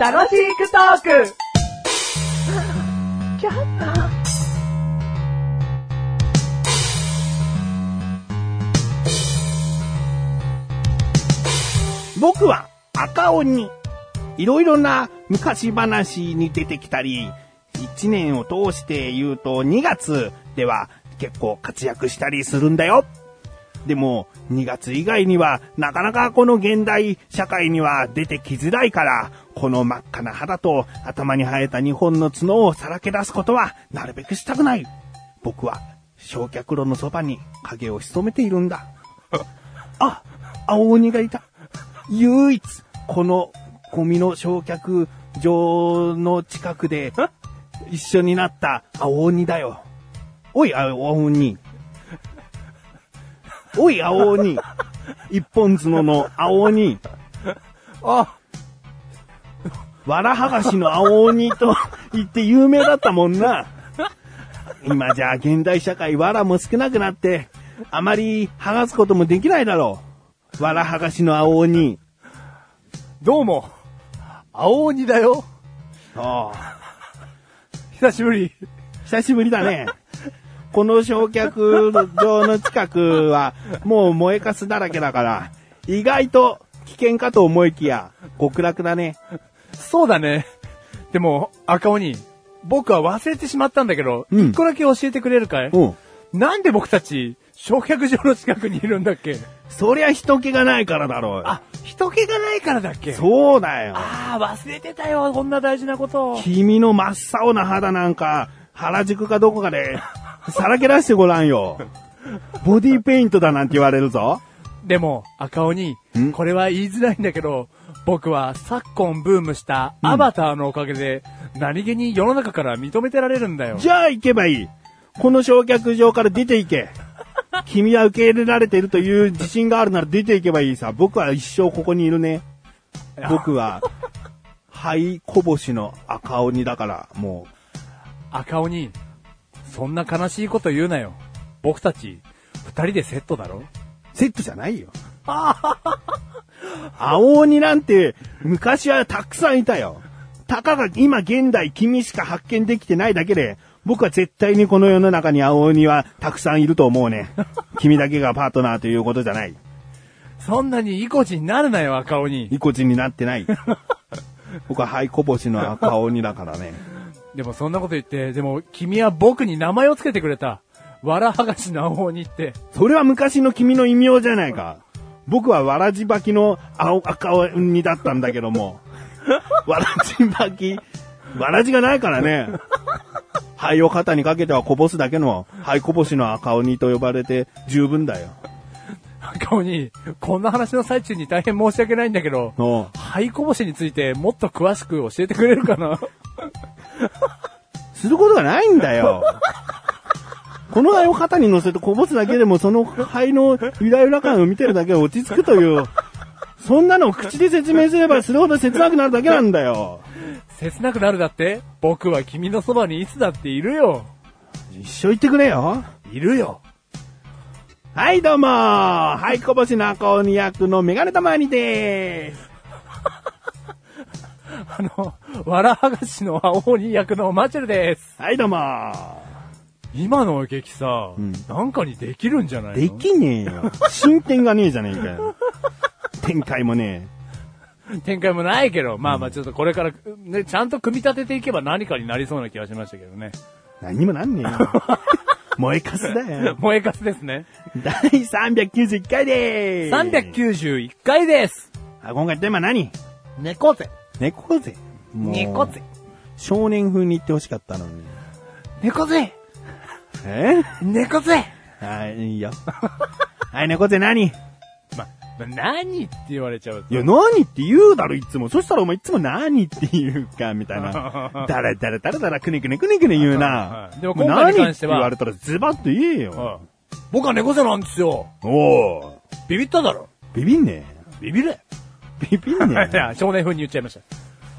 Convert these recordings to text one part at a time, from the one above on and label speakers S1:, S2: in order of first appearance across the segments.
S1: 楽しくトーク
S2: 僕は赤鬼。いろいろな昔話に出てきたり、1年を通して言うと2月では結構活躍したりするんだよ。でも2月以外にはなかなかこの現代社会には出てきづらいから、この真っ赤な肌と頭に生えた2本の角をさらけ出すことはなるべくしたくない。僕は焼却炉のそばに影を潜めているんだ。あ、青鬼がいた。唯一、このゴミの焼却場の近くで、一緒になった青鬼だよ。おい、青鬼。おい、青鬼。一本角の青鬼。
S3: あ、
S2: わらはがしの青鬼と言って有名だったもんな。今じゃ現代社会わらも少なくなって、あまり剥がすこともできないだろう。わらはがしの青鬼。
S3: どうも。青鬼だよ。
S2: ああ。
S3: 久しぶり。
S2: 久しぶりだね。この焼却場の近くは、もう燃えかすだらけだから、意外と危険かと思いきや、極楽だね。
S3: そうだね。でも、赤鬼、僕は忘れてしまったんだけど、
S2: うん
S3: 一個だけ教えてくれるかい、
S2: うん。
S3: なんで僕たち、焼却場の近くにいるんだっけ
S2: そりゃ人気がないからだろうよ。
S3: あ、人気がないからだっけ
S2: そうだよ。
S3: ああ、忘れてたよ、こんな大事なことを。
S2: 君の真っ青な肌なんか、原宿かどこかで、さらけ出してごらんよ。ボディペイントだなんて言われるぞ。
S3: でも、赤鬼
S2: ん、
S3: これは言いづらいんだけど、僕は昨今ブームしたアバターのおかげで、何気に世の中から認めてられるんだよ。
S2: じゃあ行けばいい。この焼却場から出て行け。君は受け入れられているという自信があるなら出て行けばいいさ。僕は一生ここにいるね。僕は、灰こぼしの赤鬼だから、も
S3: 赤鬼、そんな悲しいこと言うなよ。僕たち、二人でセットだろ
S2: う、セットじゃないよ。 青鬼なんて、昔はたくさんいたよ。たかが今現代君しか発見できてないだけで、僕は絶対にこの世の中に青鬼はたくさんいると思うね。君だけがパートナーということじゃない。
S3: そんなに意固地になるなよ、赤鬼。
S2: ぎこちになってない。僕は灰こぼしの赤鬼だからね。
S3: でもそんなこと言って、でも君は僕に名前をつけてくれた。わらはがしなお鬼って。
S2: それは昔の君の異名じゃないか。僕はわらじばきの青赤鬼だったんだけども。わらじばき。わらじがないからね。灰を肩にかけてはこぼすだけの灰こぼしの赤鬼と呼ばれて十分だよ。
S3: 赤鬼、こんな話の最中に大変申し訳ないんだけど、
S2: の
S3: 灰こぼしについてもっと詳しく教えてくれるかな
S2: することがないんだよ。この灰を肩に乗せてこぼすだけでもその灰のゆらゆら感を見てるだけで落ち着くという、そんなのを口で説明すればするほど切なくなるだけなんだよ。
S3: 切なくなるだって僕は君のそばにいつだっているよ。
S2: 一生言ってくれよ。
S3: いるよ。
S2: はい、どうもはい、こぼしの赤鬼役のメガネたまにでーす。
S3: あの、わらはがしの青鬼役のマチェルです。
S2: はい、どうも
S3: 今の劇さ、
S2: ん
S3: なんかにできるんじゃないの
S2: できねえよ。進展がねえじゃねえか よ。展開もね
S3: 展開もないけど、まあまあちょっとこれから、ね、ちゃんと組み立てていけば何かになりそうな気がしましたけどね。
S2: え。何にもなんね えよ。燃えかすだよ。
S3: 燃えかすですね。
S2: 第391回でーす。
S3: 391回です。
S2: あ、今回テーマ何
S3: 猫背。
S2: 猫背。もう
S3: 猫背。。
S2: 少年風に言ってほしかったのに。
S3: 猫背。
S2: え
S3: 猫背。
S2: はい、いいよ。 はい、猫背何い
S3: ま、ま何って言われちゃうと。
S2: や、何って言うだろ、いつも。そしたらお前いつも何って言うか、みたい な。だらだらだらだら、くねくねくねくね言う
S3: はい
S2: な
S3: は。いでも今回に関しては
S2: 何って言われたらズバッと言えよ。
S3: うん僕は猫背なんですよ。
S2: おー。
S3: ビビっただろ。
S2: ビビんね
S3: ビビれ。
S2: え。ビビんね
S3: い
S2: え。
S3: や、少年風に言っちゃいまし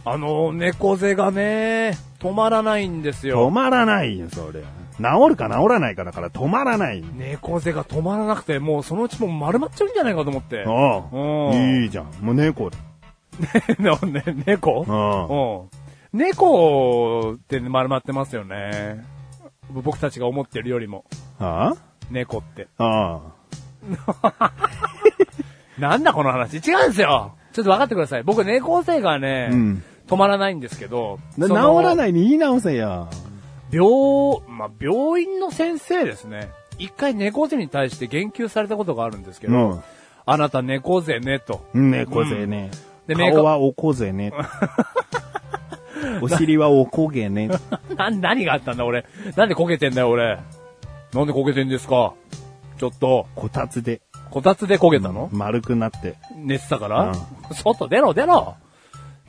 S3: た。あの、猫背がね、止まらないんです
S2: 止
S3: よ。
S2: まらないよ、それ。治るか治らないかだから止まらない。
S3: 猫背が止まらなくて、もうそのうちもう丸まっちゃうんじゃないかと思って。
S2: ああ。
S3: うん
S2: いいじゃん。もう猫だ。
S3: ねね猫
S2: うん。
S3: うん。猫って丸まってますよね。僕たちが思ってるよりも、
S2: あ
S3: 猫って。
S2: ああ
S3: なんだこの話違うんですよちょっと分かってください。僕猫背がね、
S2: うん
S3: 止まらないんですけど、
S2: あ。な治ら
S3: い
S2: ないに言い直せや。
S3: 病、まあ、病院の先生ですね。一回猫背に対して言及されたことがあるんですけど、
S2: うん
S3: あなた猫背ねと。
S2: 猫背ね。
S3: で猫
S2: 顔はおこぜ ね。お尻はおこげね。
S3: な、何があったんだ俺。なんでこけてんだよ俺。なんでこけてんですかちょっと、
S2: こたつで
S3: こたつでこけたの、
S2: 丸くなって。
S3: 寝てたから、外出ろ出ろ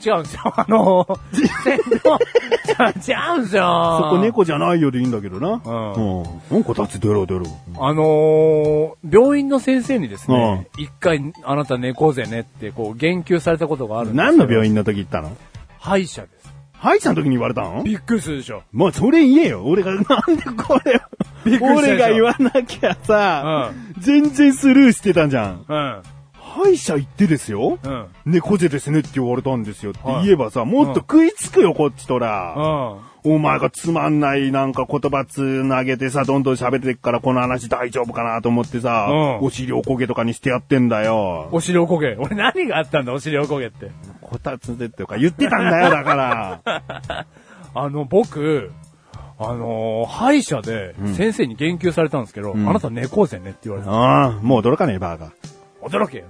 S3: 違うんですよ。あの、全然、 違うんですよ。
S2: そこ。猫じゃないよでいいんだけどな。
S3: う
S2: うん。うん、こたつ出ろ出ろ。
S3: あのー病院の先生にですね、一回、あなた猫背ねって、こう、言及されたことがあるんです
S2: 何の病
S3: 院
S2: 院の時行ったの
S3: 歯医者です。
S2: 歯医者の時に言われたの
S3: びっくりするでしょ。
S2: まあ、それ言えよ。俺が、なんでこれ
S3: びっくりし、たでしょ
S2: 俺が言わなきゃさ、全然スルーしてたじゃん。
S3: うん。
S2: 歯医者行ってですよ、
S3: うん。
S2: 猫背ですねって言われたんですよって
S3: はい
S2: 言えばさ、もっと食いつくよ、こっちと
S3: う
S2: ら。
S3: ん。
S2: お前がつまんないなんか言葉つなげてさ、どんどん喋ってっからこの話大丈夫かなと思ってさ、
S3: うん
S2: お尻おこげとかにしてやってんだよ。
S3: お尻おこげ。俺何があったんだ、お尻おこげって。
S2: こたつでとか言ってたんだよ、だから。
S3: あの、僕、あのー歯医者で先生に言及されたんですけど、
S2: ん
S3: あなた猫背ねって言われた。
S2: ああ、もう驚かねえ、バーガー。
S3: 驚けよ。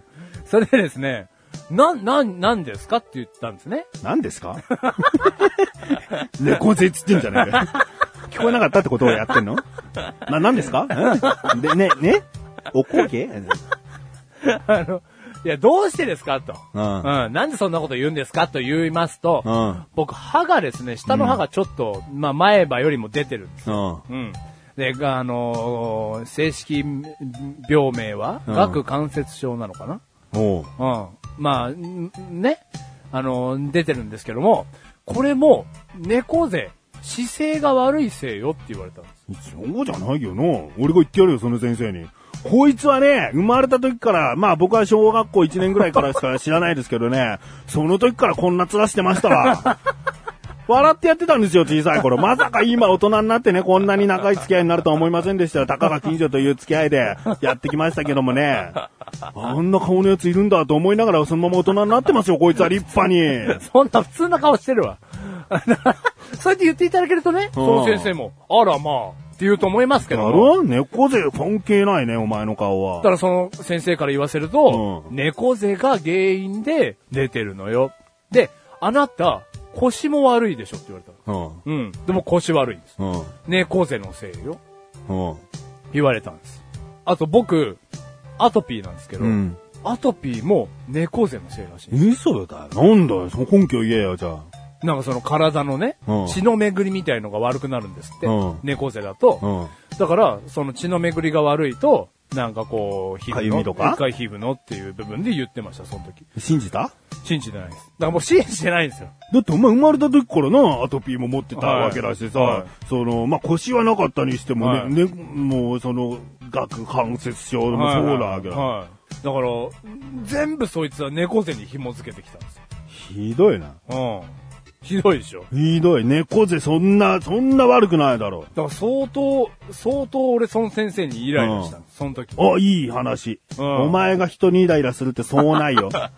S3: それでですね、な、な、なんですかって言ったんですね。
S2: 何ですか猫背っつってんじゃないか。聞こえなかったってことをやってんのな、何ですかうんで、ね、ねおこげ
S3: あの、いや、どうしてですかと。
S2: うん
S3: うん。なんでそんなこと言うんですかと言いますと、
S2: うん
S3: 僕、歯がですね、下の歯がちょっと、まあ、前歯よりも出てるんです。
S2: うん。
S3: うん。で、あのー正式病名は、
S2: うん
S3: 顎関節症なのかな
S2: おう。
S3: うん。まあ、んね。あの、出てるんですけども、これも、猫背、姿勢が悪いせいよって言われたんです。
S2: そうじゃないよな。俺が言ってやるよ、その先生に。こいつはね、生まれた時から、まあ僕は小学校1年ぐらいからしか知らないですけどね、その時からこんな面してました わ。笑ってやってたんですよ、小さい頃。まさか今大人になってね、こんなに長い付き合いになるとは思いませんでしたよ。たかが近所という付き合いでやってきましたけどもね。あんな顔のやついるんだと思いながら、そのまま大人になってますよ、こいつは立派 に。
S3: そんな普通な顔してるわ。 そうやって言っていただけるとね、その先生も、あらまあ、って言うと思いますけ
S2: だ
S3: ども。
S2: ろ猫背関係ないね、お前の顔は
S3: だか。らその先生から言わせると、
S2: うん
S3: 猫背が原因で出てるのよ。で、あなた、腰も悪いでしょって言われたの。
S2: うん。
S3: うん。でも腰悪いんです。
S2: うん。
S3: 猫背のせいよ。
S2: うん。
S3: 言われたんです。あと僕、アトピーなんですけど、
S2: うん
S3: アトピーも猫背のせいらしいんで
S2: 嘘だよ。なんだよ、その根拠言えよ、じゃあ。
S3: す。なんかその体のね、
S2: うん
S3: 血の巡りみたいのが悪くなるんですって、
S2: うん
S3: 猫背だと。
S2: うん。
S3: だから、その血の巡りが悪いと、なんかこう、皮膚
S2: かゆ
S3: の、
S2: みとか
S3: 一回皮膚のっていう部分で言ってました、その時。
S2: 信じた
S3: 信じてないです。だからもう信じてないんですよ。
S2: だってお前生まれた時からな、アトピーも持ってた
S3: はい
S2: わけだしさ、
S3: はい
S2: その、まあ、腰はなかったにしてもね、
S3: はい
S2: ね、もうその、顎関節症もそうなわけだ。
S3: はい。だから、全部そいつは猫背に紐付けてきたんです
S2: ひどいな。
S3: よ。うん。ひどいでしょ。
S2: ひどい。猫背そんな、そんな悪くないだろ
S3: だから相当、相当俺その先生にイライラしたの、
S2: うん
S3: その時。
S2: う。あ、いい話、
S3: うん
S2: お前が人にイライラするってそうない よ。だ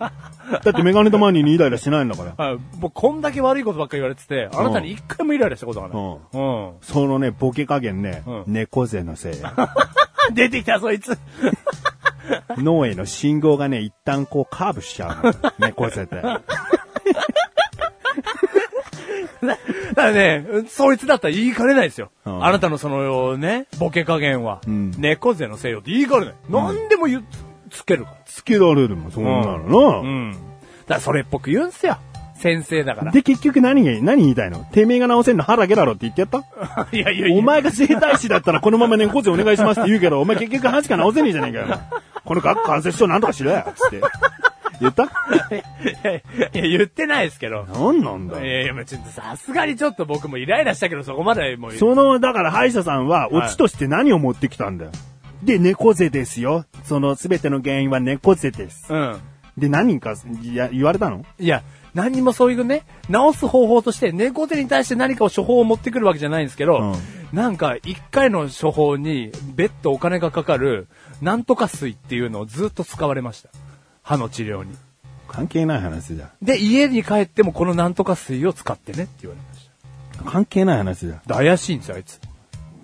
S2: ってメガネとマニーにイライラしないんだから。
S3: はい、僕こんだけ悪いことばっかり言われてて、あなたに一回もイライラしたことがない。うん。
S2: そのね、ボケ加減ね、
S3: うん
S2: 猫背のせい。
S3: あ出てきたそいつ
S2: 脳への信号がね、一旦こうカーブしちゃうの。 猫背で。
S3: だからね、そいつだったら言いかねないですよ。
S2: うん
S3: あなたのそのね、ボケ加減は、
S2: ん
S3: 猫背のせいよって言いかねない。何でも言うつけるから。
S2: つけられるもん、そんなの
S3: う
S2: な。
S3: ん。だからそれっぽく言うんすよ。先生だから。
S2: で、結局何が、何言いたいのてめえが直せんの歯だけだろって言ってやった
S3: いやいやいや。
S2: お前が整体師だったらこのまま猫背お願いしますって言うけど、お前結局歯しか直せねえじゃねえかよ。この学関節症なんとかしろや、つって。言った
S3: いや、言ってないですけど。
S2: 何なん
S3: い
S2: だ
S3: やいや、まあちょっとさすがにちょっと僕もイライラしたけど、そこまでもう。
S2: その、だから歯医者さんは、
S3: はい
S2: オチとして何を持ってきたんだよ。で、猫背ですよ。その、すべての原因は猫背です。
S3: うん。
S2: で、何人か、いや、言われたの
S3: いや、何にもそういうね、治す方法として、猫手に対して何かを処方を持ってくるわけじゃないんですけど、なんか、一回の処方に、別途お金がかかる、なんとか水っていうのをずっと使われました。歯の治療に。
S2: 関係ない話じゃ
S3: で、家に帰ってもこのなんとか水を使ってねって言われまし
S2: ん。関係ない話じゃん。
S3: た。で怪しいんですよ、あいつ。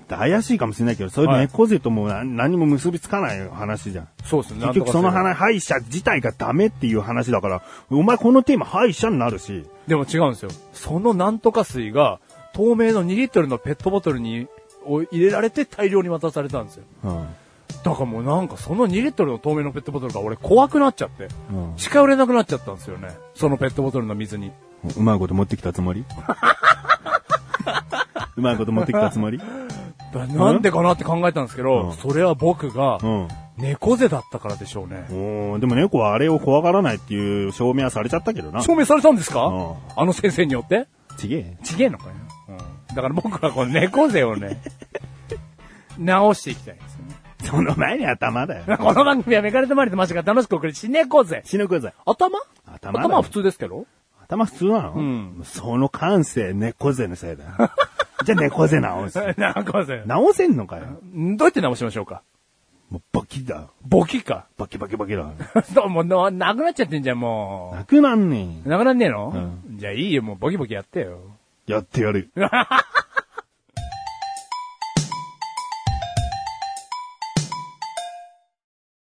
S2: 怪しいかもしれないけど、そういう
S3: はい
S2: 猫背ともな何も結びつかない話じゃん。
S3: そうですね、
S2: 結局その
S3: なんとか
S2: 話、歯医者自体がダメっていう話だから、お前このテーマ歯医者になるし、
S3: 水でも違うんですよ。そのなんとか水が、透明の2リットルのペットボトルに、を入れられて大量に渡されたんですよ。
S2: うん。
S3: だからもうなんかその2リットルの透明のペットボトルが俺怖くなっちゃって、
S2: うん
S3: 近寄れなくなっちゃったんですよね。そのペットボトルの水に。
S2: うまいこと持ってきたつも りうまいこと持ってきたつもり
S3: だなんでかなって考えたんですけど、
S2: うん
S3: それは僕が
S2: うん。
S3: 猫背だったからでしょうね。
S2: おーでも猫はあれを怖がらないっていう証明はされちゃったけどな。
S3: 証明されたんですか、
S2: うん
S3: あの先生によって
S2: ちげえ。
S3: ちげえのかよ、うん、だから僕はこの猫背 をね、直していきたいんですよね。
S2: その前に頭だ よ。
S3: この番組はめかれてまりとマジが楽しく送るし猫背。
S2: しのください。
S3: 頭
S2: 頭だ
S3: 頭は普通ですけど
S2: 頭普通なの
S3: ん
S2: その感性、猫背のせいだよ。じゃあ猫背直す。
S3: 猫背。
S2: 直せんのかよ。
S3: どうやって直しましょうか
S2: もうバキだよ。
S3: ボキか。
S2: バキバキバキだよ。
S3: そう、もうな、なくなっちゃってんじゃん、も
S2: なくなんね
S3: う。なくなんねえの、
S2: う
S3: じゃあいいよ、もうボキボキやってよ。
S2: え。やってやる。